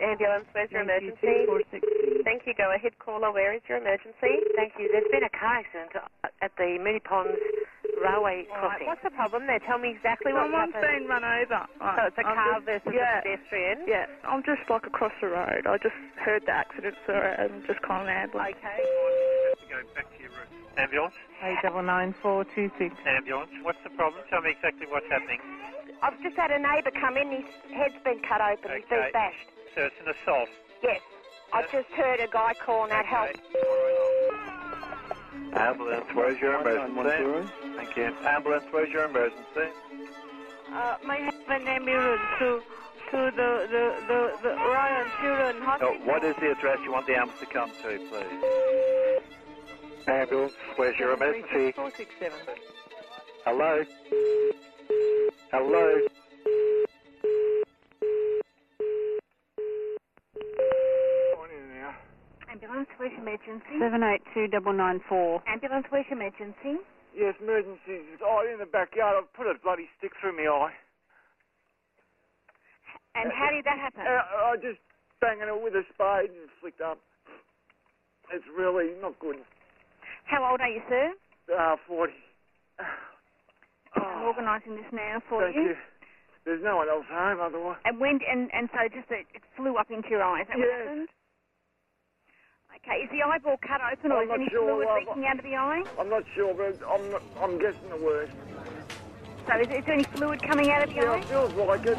ambulance, where's your emergency? Thank you, go ahead caller, where is your emergency? Thank you. There's been a car accident at the Moody Ponds railway crossing. What's the problem there? Tell me exactly what's Someone's happened. been run over. Like, So it's a I'm car just- versus yeah, a pedestrian? Yeah, I'm just like across the road. I just heard the accident, so I'm just calling the ambulance. Okay. Go back to your room. Ambulance? Eight double nine four two six. Ambulance? What's the problem? Tell me exactly what's happening. I've just had a neighbour come in. His head's been cut open. He's been Okay. bashed. So it's an assault. Yes. I just heard a guy calling out help. Ambulance, where's your emergency? Thank you. Ambulance, where's your emergency? Uh, my husband ambulance to to the the the, the Royal Children's Oh, Hospital. what is the address you want the ambulance to come to, please? Ambulance, where's your emergency? Four six seven. Hello? Hello? Ambulance, where's your emergency? Seven eight two double nine four. Ambulance, where's your emergency? Yes, emergency. Oh, in the backyard. I've put a bloody stick through my eye. And how did that happen? Uh, I just banging it with a spade and it flicked up. It's really not good. How old are you, sir? Ah, 40. I'm organising this now for thank you. There's no one else home otherwise. And when and and so just it, it flew up into your eye. Is that what Yes. happened? Okay. Is the eyeball cut open, or I'm is not any sure, fluid love. leaking out of the eye? I'm not sure, but I'm not, I'm guessing the worst. So is, is there any fluid coming out of the Yeah, eye? it feels like it.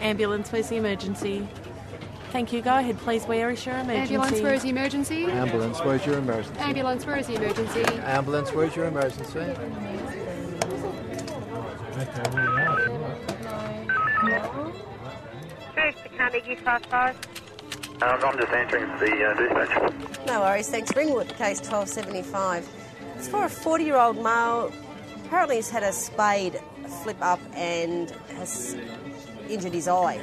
Ambulance, where's the emergency? Thank you. Go ahead, please. Where is your emergency? Ambulance, where is the emergency? Ambulance, where's your emergency? Ambulance, where is the emergency? Ambulance, where's your emergency? Troops to Carnegie 55. I'm just answering the uh, dispatch. No worries, thanks. Ringwood, case 1275. It's for a 40 year old male. Apparently, he's had a spade flip up and has injured his eye.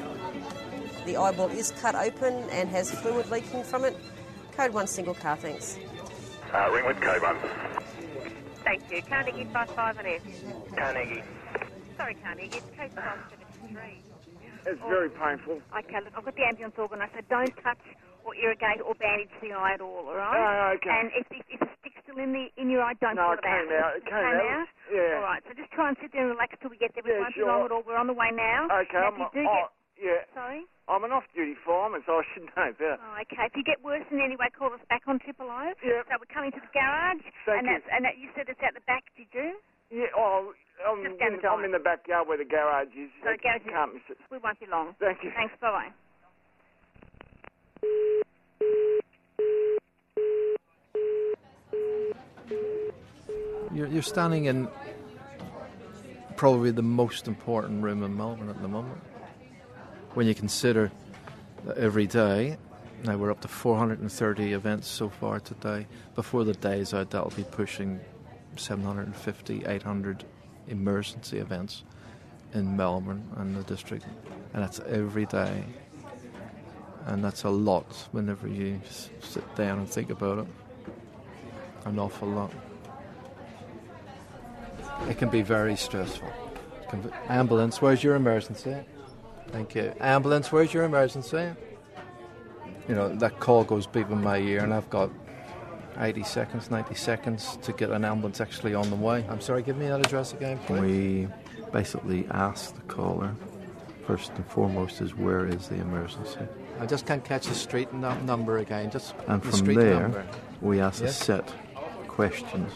The eyeball is cut open and has fluid leaking from it. Code 1 single car, thanks. Uh, Ringwood, code 1. Thank you. Carnegie 55 and F. Carnegie. Sorry, Carnegie, it's case 573. It's Oh. very painful. Okay. Look, I've got the ambulance organised. So don't touch or irrigate or bandage the eye at all. All Oh, right? okay. And if, if, if the stick's still in the in your eye, don't No, pull it came out. out. It came out. Yeah. All right. So just try and sit there and relax till we get there. We Yeah, won't be long sure. at all. We're on the way now. Okay, Now, if I'm, you do oh, get yeah, sorry. I'm an off-duty fireman, so I should know better. Oh, okay. If you get worse in any way, call us back on Triple O. Yep. So we're coming to the garage. Thank and you. That's, and that, you said it's out the back, did you? Yeah, oh, I'm, Just down in, I'm the drive. in the backyard where the garage is. So the garage is- can't miss it. We won't be long. Thank you. Thanks. Bye bye. You're, you're standing in probably the most important room in Melbourne at the moment. When you consider that every day, now we're up to 430 events so far today. Before the day is out, that'll be pushing 750, 800 emergency events in Melbourne and the district. And that's every day. And that's a lot whenever you s- sit down and think about it. An awful lot. It can be very stressful. Can be- Ambulance, where's your emergency? Thank you. Ambulance, where's your emergency? You know, that call goes beep in my ear, and I've got 80 seconds, 90 seconds to get an ambulance actually on the way. I'm sorry, give me that address again, please. We basically ask the caller, first and foremost, is where is the emergency? I just can't catch the street and that number again. Just And the from street there, number. we ask Yes? a set questions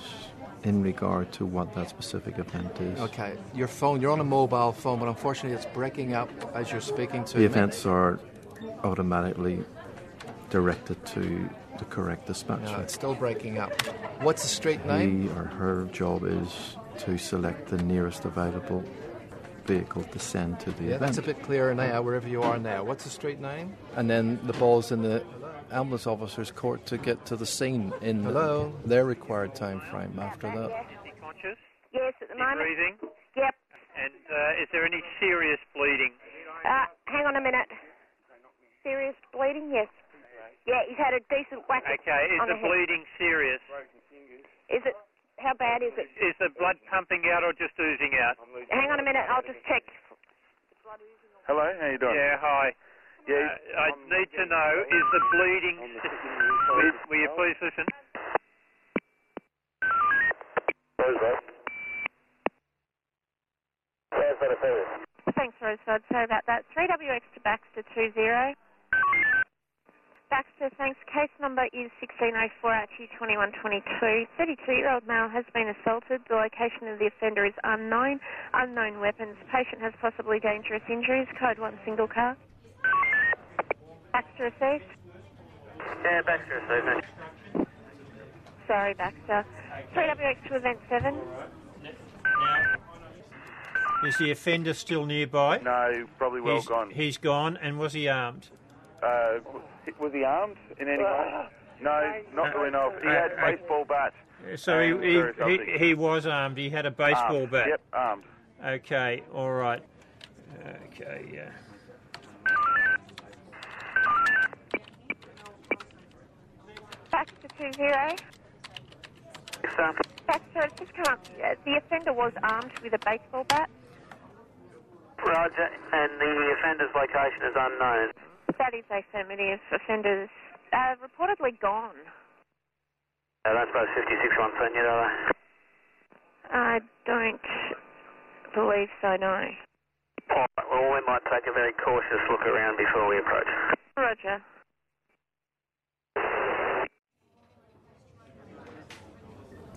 in regard to what that specific event is. Okay, your phone, you're on a mobile phone, but unfortunately it's breaking up as you're speaking to The me. events are automatically directed to the correct No, dispatcher. it's still breaking up. What's the street name? he or her job is to select the nearest available vehicle to send to the Yeah, event. that's a bit clearer now, wherever you are now. What's the street name? And then the ball's in the ambulance officer's court to get to the scene in Hello? their required time frame after that. Is he conscious? Yes, at the Is he moment. breathing? Yep. And uh, is there any serious bleeding? Uh, hang on a minute. Serious bleeding? Yes. Yeah, he's had a decent whack. Okay, is on the head. bleeding serious? Is it? How bad is it? Is the blood pumping out or just oozing out? Hang on a minute. I'll just check. Hello, how you doing? Yeah, hi. Yeah, Uh, I need to know is the bleeding. will, will you please listen? Thanks, Rosebud. Sorry about that. 3WX to Baxter 20. Baxter, thanks. Case number is 1604 RT2122. 32-year-old male has been assaulted. The location of the offender is unknown. Unknown weapons. Patient has possibly dangerous injuries. Code 1 single car. Baxter received. Yeah, Baxter, so thank Sorry, Baxter. 3WX to event 7. Is the offender still nearby? No, probably well he's, gone. He's gone, and was he armed? Uh, was he armed in any way? No, not really. No, he had baseball bats. So and he, various other he, things. he, he was armed. He had a baseball Armed, bat. Yep, armed. Okay, all right. Okay, yeah. Baxter 20. um, Baxter, it's just come up. uh, The offender was armed with a baseball bat. Roger, and the offender's location is unknown. That is affirmative. Offenders uh, reportedly gone. I don't suppose 5610, you know. I don't believe so, no. All right, well, we might take a very cautious look around before we approach. Roger.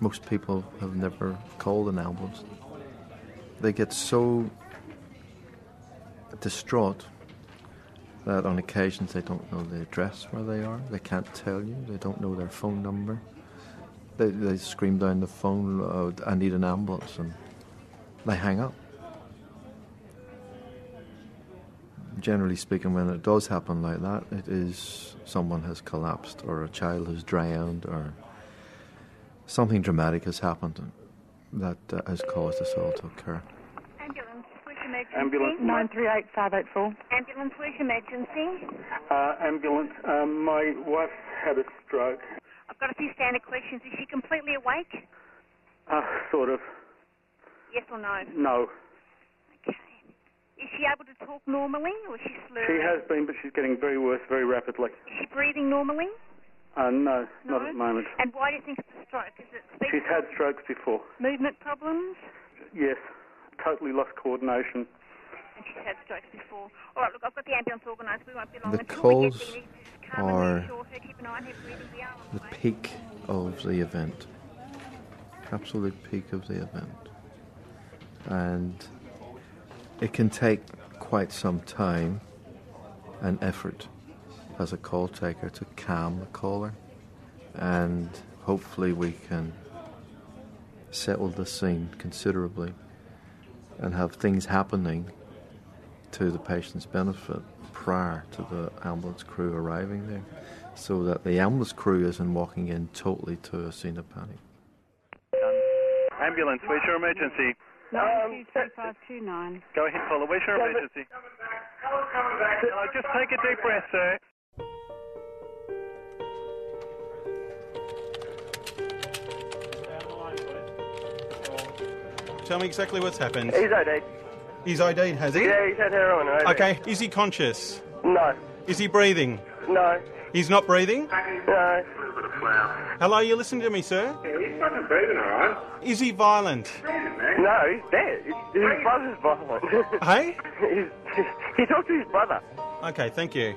Most people have never called an ambulance. They get so distraught that on occasions they don't know the address where they are. They can't tell you. They don't know their phone number. They, they scream down the phone, oh, "I need an ambulance," and they hang up. Generally speaking, when it does happen like that, it is someone has collapsed, or a child has drowned, or something dramatic has happened that uh, has caused this all to occur. Ambulance, which emergency? Ambulance. 938584. Ambulance, which emergency? Uh, ambulance. Um, my wife had a stroke. I've got a few standard questions. Is she completely awake? Uh, sort of. Yes or no? No. Is she able to talk normally or is she slurring? She has been, but she's getting very worse very rapidly. Is she breathing normally? Uh, no, No. not at the moment. And why do you think it's a stroke? Is it speech? She's had strokes before. movement problems? Yes. Totally lost coordination. And she's had strokes before. All right, look, I've got the ambulance organised. We won't be long The until calls we get the calm and are reassure her. Keep an eye on her breathing. We are on the peak of the event, absolute peak of the event, and it can take quite some time and effort as a call taker to calm the caller, and hopefully we can settle the scene considerably and have things happening to the patient's benefit prior to the ambulance crew arriving there so that the ambulance crew isn't walking in totally to a scene of panic. Ambulance, where's your emergency? Nine two three five two nine. Go ahead, caller. Where's your Yeah, but- emergency? Uh, just take a deep breath, sir. Tell me exactly what's happened. He's OD'd. He's ID'd, has he? Yeah, he's had heroin already. Okay, is he conscious? No. Is he breathing? No. He's not breathing? No. Hello, you listening to me, sir? He's fucking breathing alright. Is he violent? No, he's dead. His his brother's violent. Hey? he talked to his brother. Okay, thank you.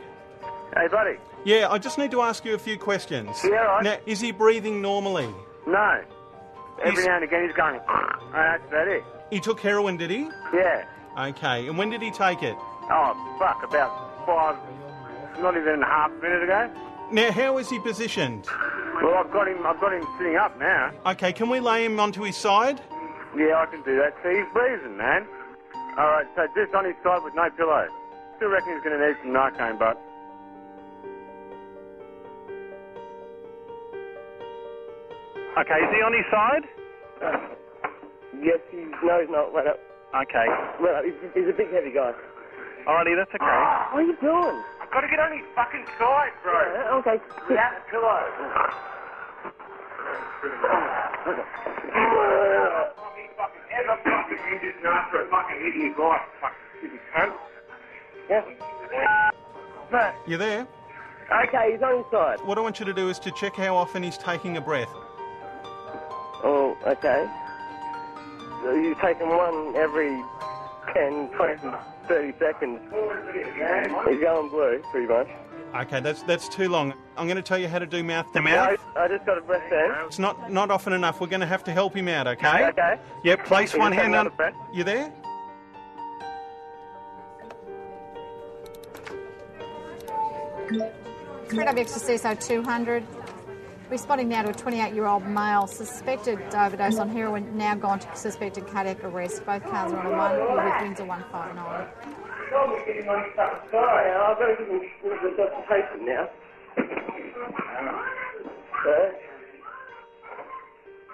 Hey, buddy. Yeah, I just need to ask you a few questions. Yeah, all right. Now, is he breathing normally? No. Every now and again he's going, and that's about it. He took heroin, did he? Yeah. Okay, and when did he take it? Oh, fuck, about five, not even a half minute ago. Now, how is he positioned? Well, I've got him, I've got him sitting up now. Okay, can we lay him onto his side? Yeah, I can do that. See, he's breathing, man. All right, so just on his side with no pillow. Still reckon he's going to need some Narcan, but Okay, is he on his side? Uh, yes, he no, he's not. Wait up. Okay. Wait up. He's, he's a big, heavy guy. Alrighty, that's okay. What are you doing? I've got to get on his fucking side, bro. okay. Without the pillow. Ever fucking injured an after a fucking idiot guy, fucking stupid cunt. Yeah. Matt. You there? Okay, he's on inside. What I want you to do is to check how often he's taking a breath. Oh, okay. So you take him one every 10, 20, 30 seconds. He's going blue, pretty much. Okay, that's that's too long. I'm going to tell you how to do mouth to I, mouth. I just got a breath there. It's not not often enough. We're going to have to help him out. Okay. Okay. Yep. Place Can you one take hand another on. breath? You there? Threat of exercise 200. Responding now to a 28 year old male suspected overdose on heroin, now gone to suspected cardiac arrest. Both cars are on a one with Windsor 159. Sorry, I'll go to the doctor patient now. Sir?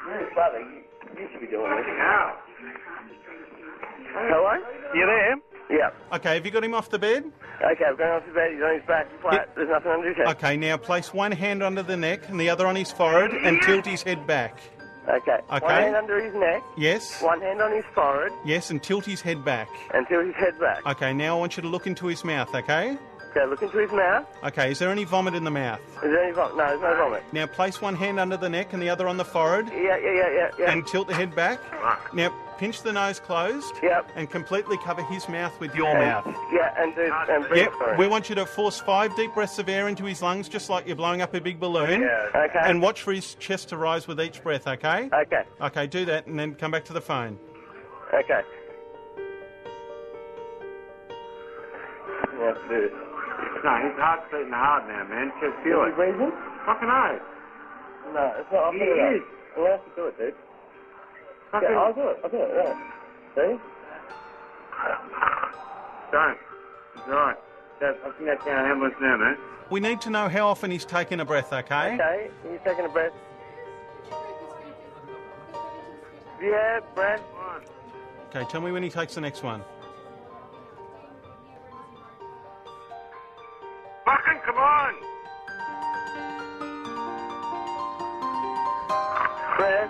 Your brother, you, you should be doing this. Now. Hello? You there? Yeah. Okay. Have you got him off the bed? Okay, I've gone off to bed. He's on his back flat. There's nothing under his head. Okay. Now place one hand under the neck and the other on his forehead and tilt his head back. Okay. One Okay. hand under his neck. Yes. One hand on his forehead. Yes, and tilt his head back. And tilt his head back. Okay. Now I want you to look into his mouth. Okay. Okay, look into his mouth. Okay. Is there any vomit in the mouth? Is there any vomit? No, there's no vomit. Now place one hand under the neck and the other on the forehead. Yeah, yeah, yeah, yeah, yeah. And tilt the head back. Now pinch the nose closed. Yep. And completely cover his mouth with your And- mouth. Yeah, and do and breathe Yep. for it. We want you to force five deep breaths of air into his lungs, just like you're blowing up a big balloon. Yeah. Okay. And watch for his chest to rise with each breath. Okay. Okay. Okay. Do that, and then come back to the phone. Okay. Yes, dude. No, his heart's beating hard now, man. Can feel Is it. he breathing? Fucking hell. No, it's not. I'll He figure it is. out. I'm gonna have to do it, dude. Fucking- Yeah, I'll do it. I'll do it. Right. See? Don't. It's all right. That, I think that's our ambulance now, man. We need to know how often he's taking a breath. Okay. Okay. He's taking a breath. Yeah, breath. Okay. Tell me when he takes the next one. Fucking come on! Breath.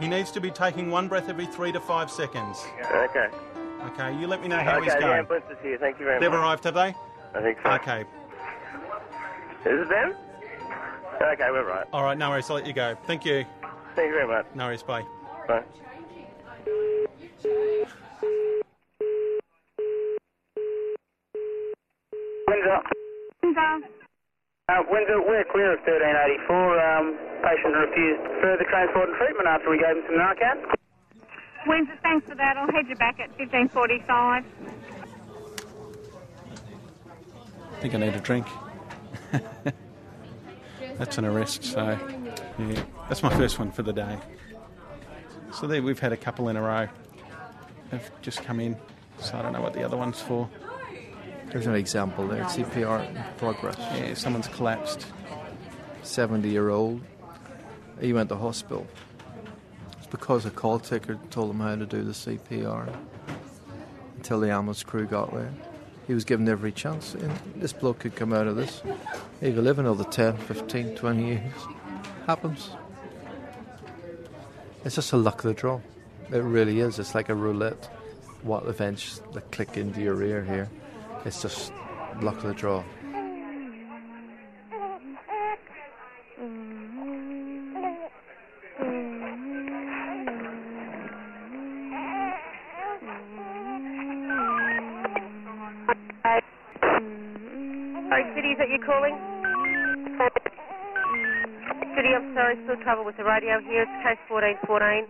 He needs to be taking one breath every three to five seconds. Okay. Okay. You let me know how okay, he's the going. ambulance is here. Thank you very They've much. arrived, have they? I think so. Okay. Is it them? Okay, we're right. All right. No worries. I'll let you go. Thank you. Thank you very much. No worries. Bye. Bye. Windsor. Uh, Windsor, we're clear of 1384. Um, patient refused further transport and treatment after we gave him some Narcan. Windsor, thanks for that. I'll head you back at 1545. I think I need a drink. That's an arrest, so yeah, that's my first one for the day. So there, we've had a couple in a row. Have just come in, so I don't know what the other one's for. There's an example there. CPR in progress. Yeah, someone's collapsed. 70 year old. He went to hospital. It's because a call taker told him how to do the CPR until the ambulance crew got there. He was given every chance. And this bloke could come out of this. He could live another 10, 15, 20 years. Happens. It's just a luck of the draw. It really is. It's like a roulette. What events that click into your ear here? It's just luck of the draw. Sorry, City, is that you calling? City, I'm sorry, still trouble with the radio here. It's case 1414.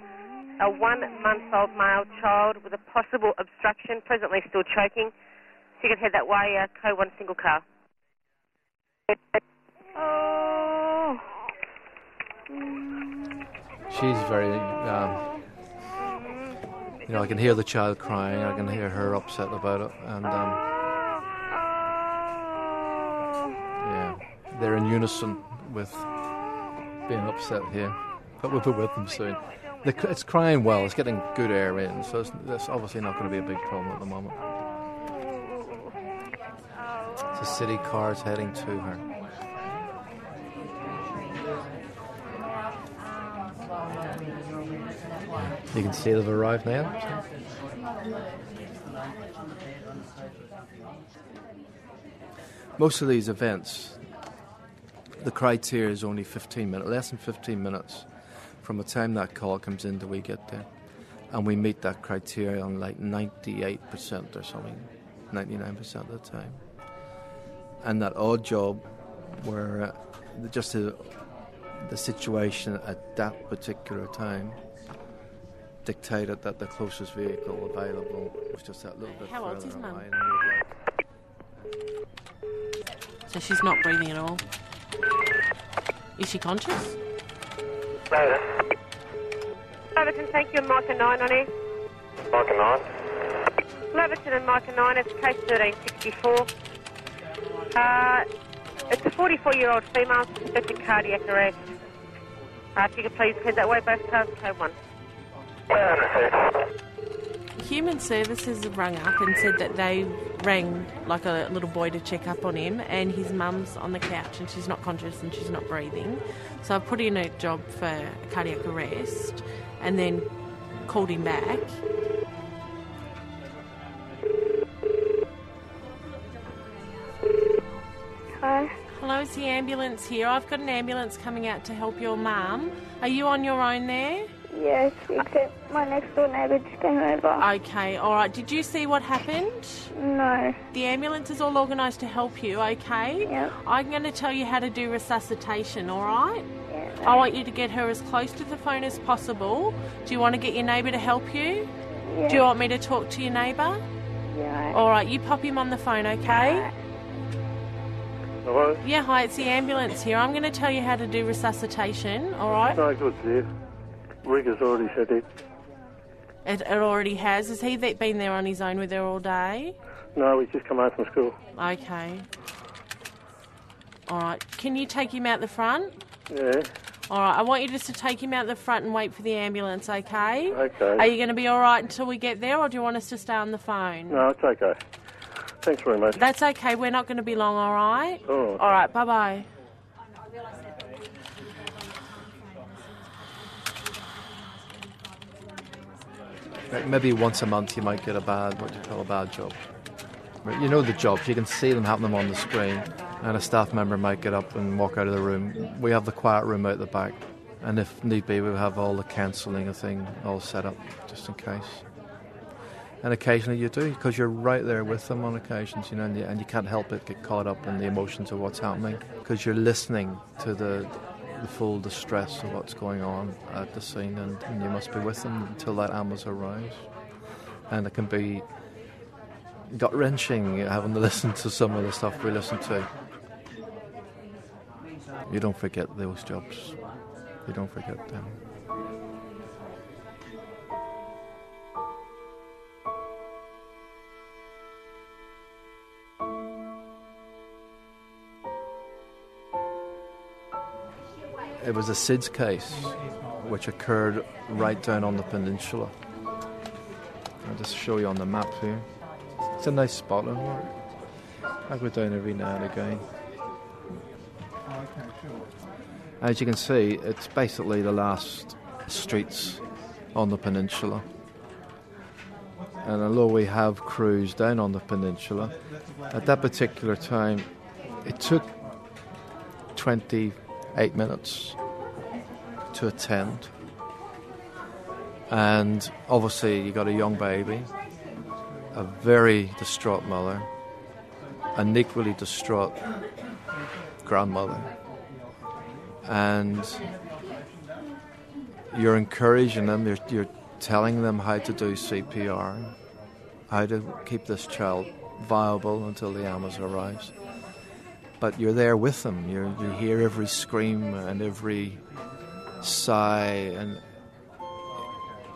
A one month old male child with a possible obstruction, presently still choking. So you can head that way, uh, code 1 single car. Oh. She's very, um, you know, I can hear the child crying. I can hear her upset about it, and um, yeah, they're in unison with being upset here. But we'll be with them soon. The, c- it's crying well. It's getting good air in, so it's, that's obviously not going to be a big problem at the moment. It's a city car's heading to her. You can see they've arrived now. Most of these events, the criteria is only 15 minutes, less than 15 minutes from the time that call comes in till we get there. And we meet that criteria on like 98% or something, 99% of the time. And that odd job where uh, just the, the situation at that particular time dictated that the closest vehicle available was just that little bit How old's further his mum? away. And we were like, So she's not breathing at all. Is she conscious? Laverton, thank you, and Micah 9 on air. Mike and I. Laverton and Micah 9, it's case 1364. Uh, it's a 44 year old female suspected cardiac arrest. Uh, if you could please head that way, both cars, code 1. Human Services rang up and said that they rang like a little boy to check up on him, and his mum's on the couch and she's not conscious and she's not breathing. So I put in a job for a cardiac arrest and then called him back. Hello? Hello, is the ambulance here? I've got an ambulance coming out to help your mum. Are you on your own there? Yes, except my next door neighbour just came over. Okay, all right. Did you see what happened? No. The ambulance is all organised to help you, okay? Yeah. I'm going to tell you how to do resuscitation, all right? I want you to get her as close to the phone as possible. Do you want to get your neighbour to help you? Yeah. Do you want me to talk to your neighbour? Yeah. All right, you pop him on the phone, okay? Hello? Yeah, hi, it's the ambulance here. I'm going to tell you how to do resuscitation, all right? No good, dear. Rick has already said it. It, it already has. Has he that been there on his own with her all day? No, he's just come home from school. Okay. All right, can you take him out the front? Yeah. All right, I want you just to take him out the front and wait for the ambulance, okay? Okay. Are you going to be all right until we get there, or do you want us to stay on the phone? No, it's okay. Thanks very much. That's okay. We're not going to be long, all right? All right. All right, bye bye. Right, maybe once a month you might get a bad, what do you call a bad job. Right, you know the jobs, you can see them happening on the screen, and a staff member might get up and walk out of the room. We have the quiet room out the back, and if need be, we have all the cancelling and thing all set up just in case. And occasionally you do, because you're right there with them on occasions, you know, and you, and you can't help but get caught up in the emotions of what's happening, because you're listening to the, the full distress of what's going on at the scene, and, and you must be with them until that ambulance arrives. And it can be gut wrenching having to listen to some of the stuff we listen to. You don't forget those jobs. You don't forget them. It was a SIDS case which occurred right down on the peninsula. I'll just show you on the map here. It's a nice spot, isn't it? I go down every now and again. As you can see, it's basically the last streets on the peninsula. And although we have crews down on the peninsula, at that particular time, it took 28 minutes to attend. And obviously, you got a young baby, a very distraught mother, an equally distraught grandmother. And you're encouraging them, you're, you're telling them how to do CPR, how to keep this child viable until the ambulance arrives. But you're there with them. You're, you hear every scream and every sigh, and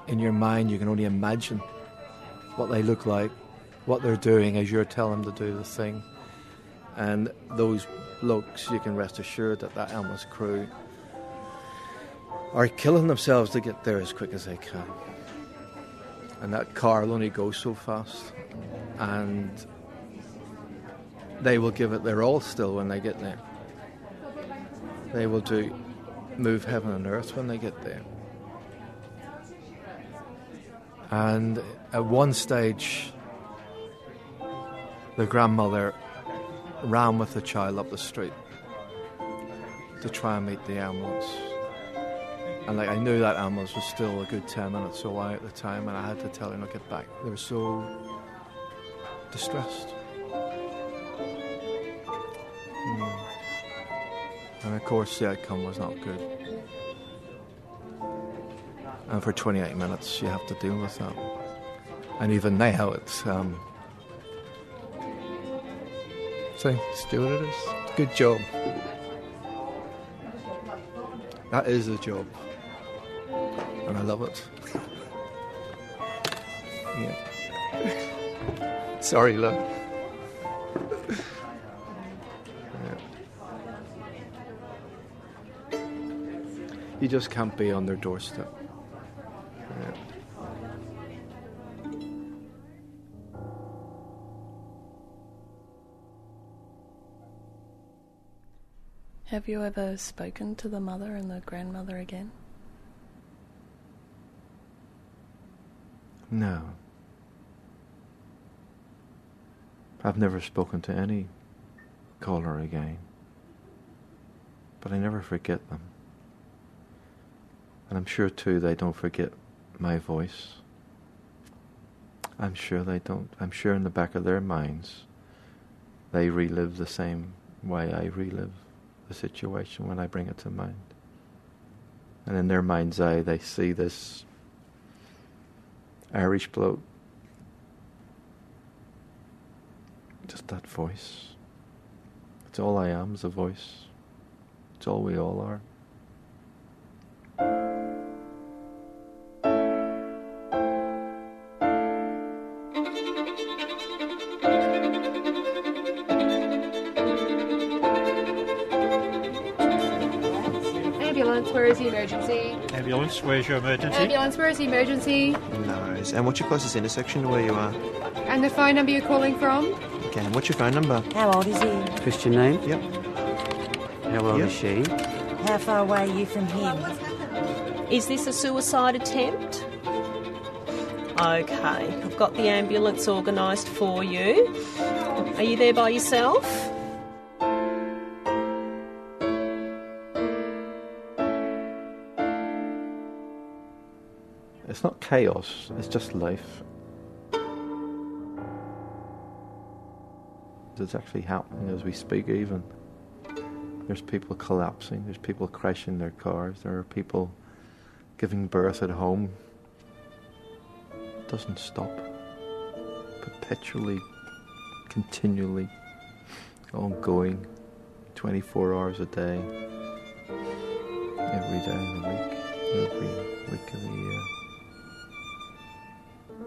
in your mind, you can only imagine what they look like, what they're doing as you're telling them to do the thing. And those blokes, you can rest assured that that Elmer's crew are killing themselves to get there as quick as they can. And that car will only go so fast. And they will give it their all still when they get there. They will do move heaven and earth when they get there. And at one stage, the grandmother ran with the child up the street to try and meet the ambulance. And like I knew that ambulance was still a good ten minutes away at the time, and I had to tell her not to get back. They were so distressed. Mm. And of course, the outcome was not good. And for 28 minutes, you have to deal with that. And even now, it's um, so Stuart, it is. Good job. That is the job. And I love it. yeah. Sorry, love. Yeah. You just can't be on their doorstep. Yeah. Have you ever spoken to the mother and the grandmother again? No. I've never spoken to any caller again, but I never forget them. And I'm sure too they don't forget my voice. I'm sure they don't. I'm sure in the back of their minds they relive the same way I relive the situation when I bring it to mind. And in their mind's eye, they see this Irish bloke, just that voice. It's all I am is a voice. It's all we all are. Ambulance, where is the emergency? Ambulance, where's your emergency? Ambulance, where is Uh, the emergency? Nice. And what's your closest intersection to where you are? And the phone number you're calling from? Okay, and what's your phone number? How old is he? Christian name? Yep. How old Yep. is she? How far away are you from him? Is this a suicide attempt? Okay, I've got the ambulance organised for you. Are you there by yourself? It's not chaos, it's just life. It's actually happening as we speak, even. There's people collapsing, there's people crashing their cars, there are people giving birth at home. It doesn't stop. Perpetually, continually, ongoing, 24 hours a day, every day of the week, every week of the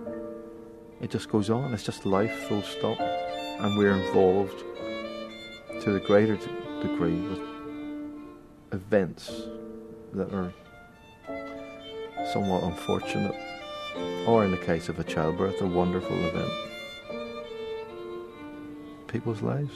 year. It just goes on. It's just life, full stop. And we're involved to the greater d- degree with events that are somewhat unfortunate, or in the case of a childbirth, a wonderful event. People's lives.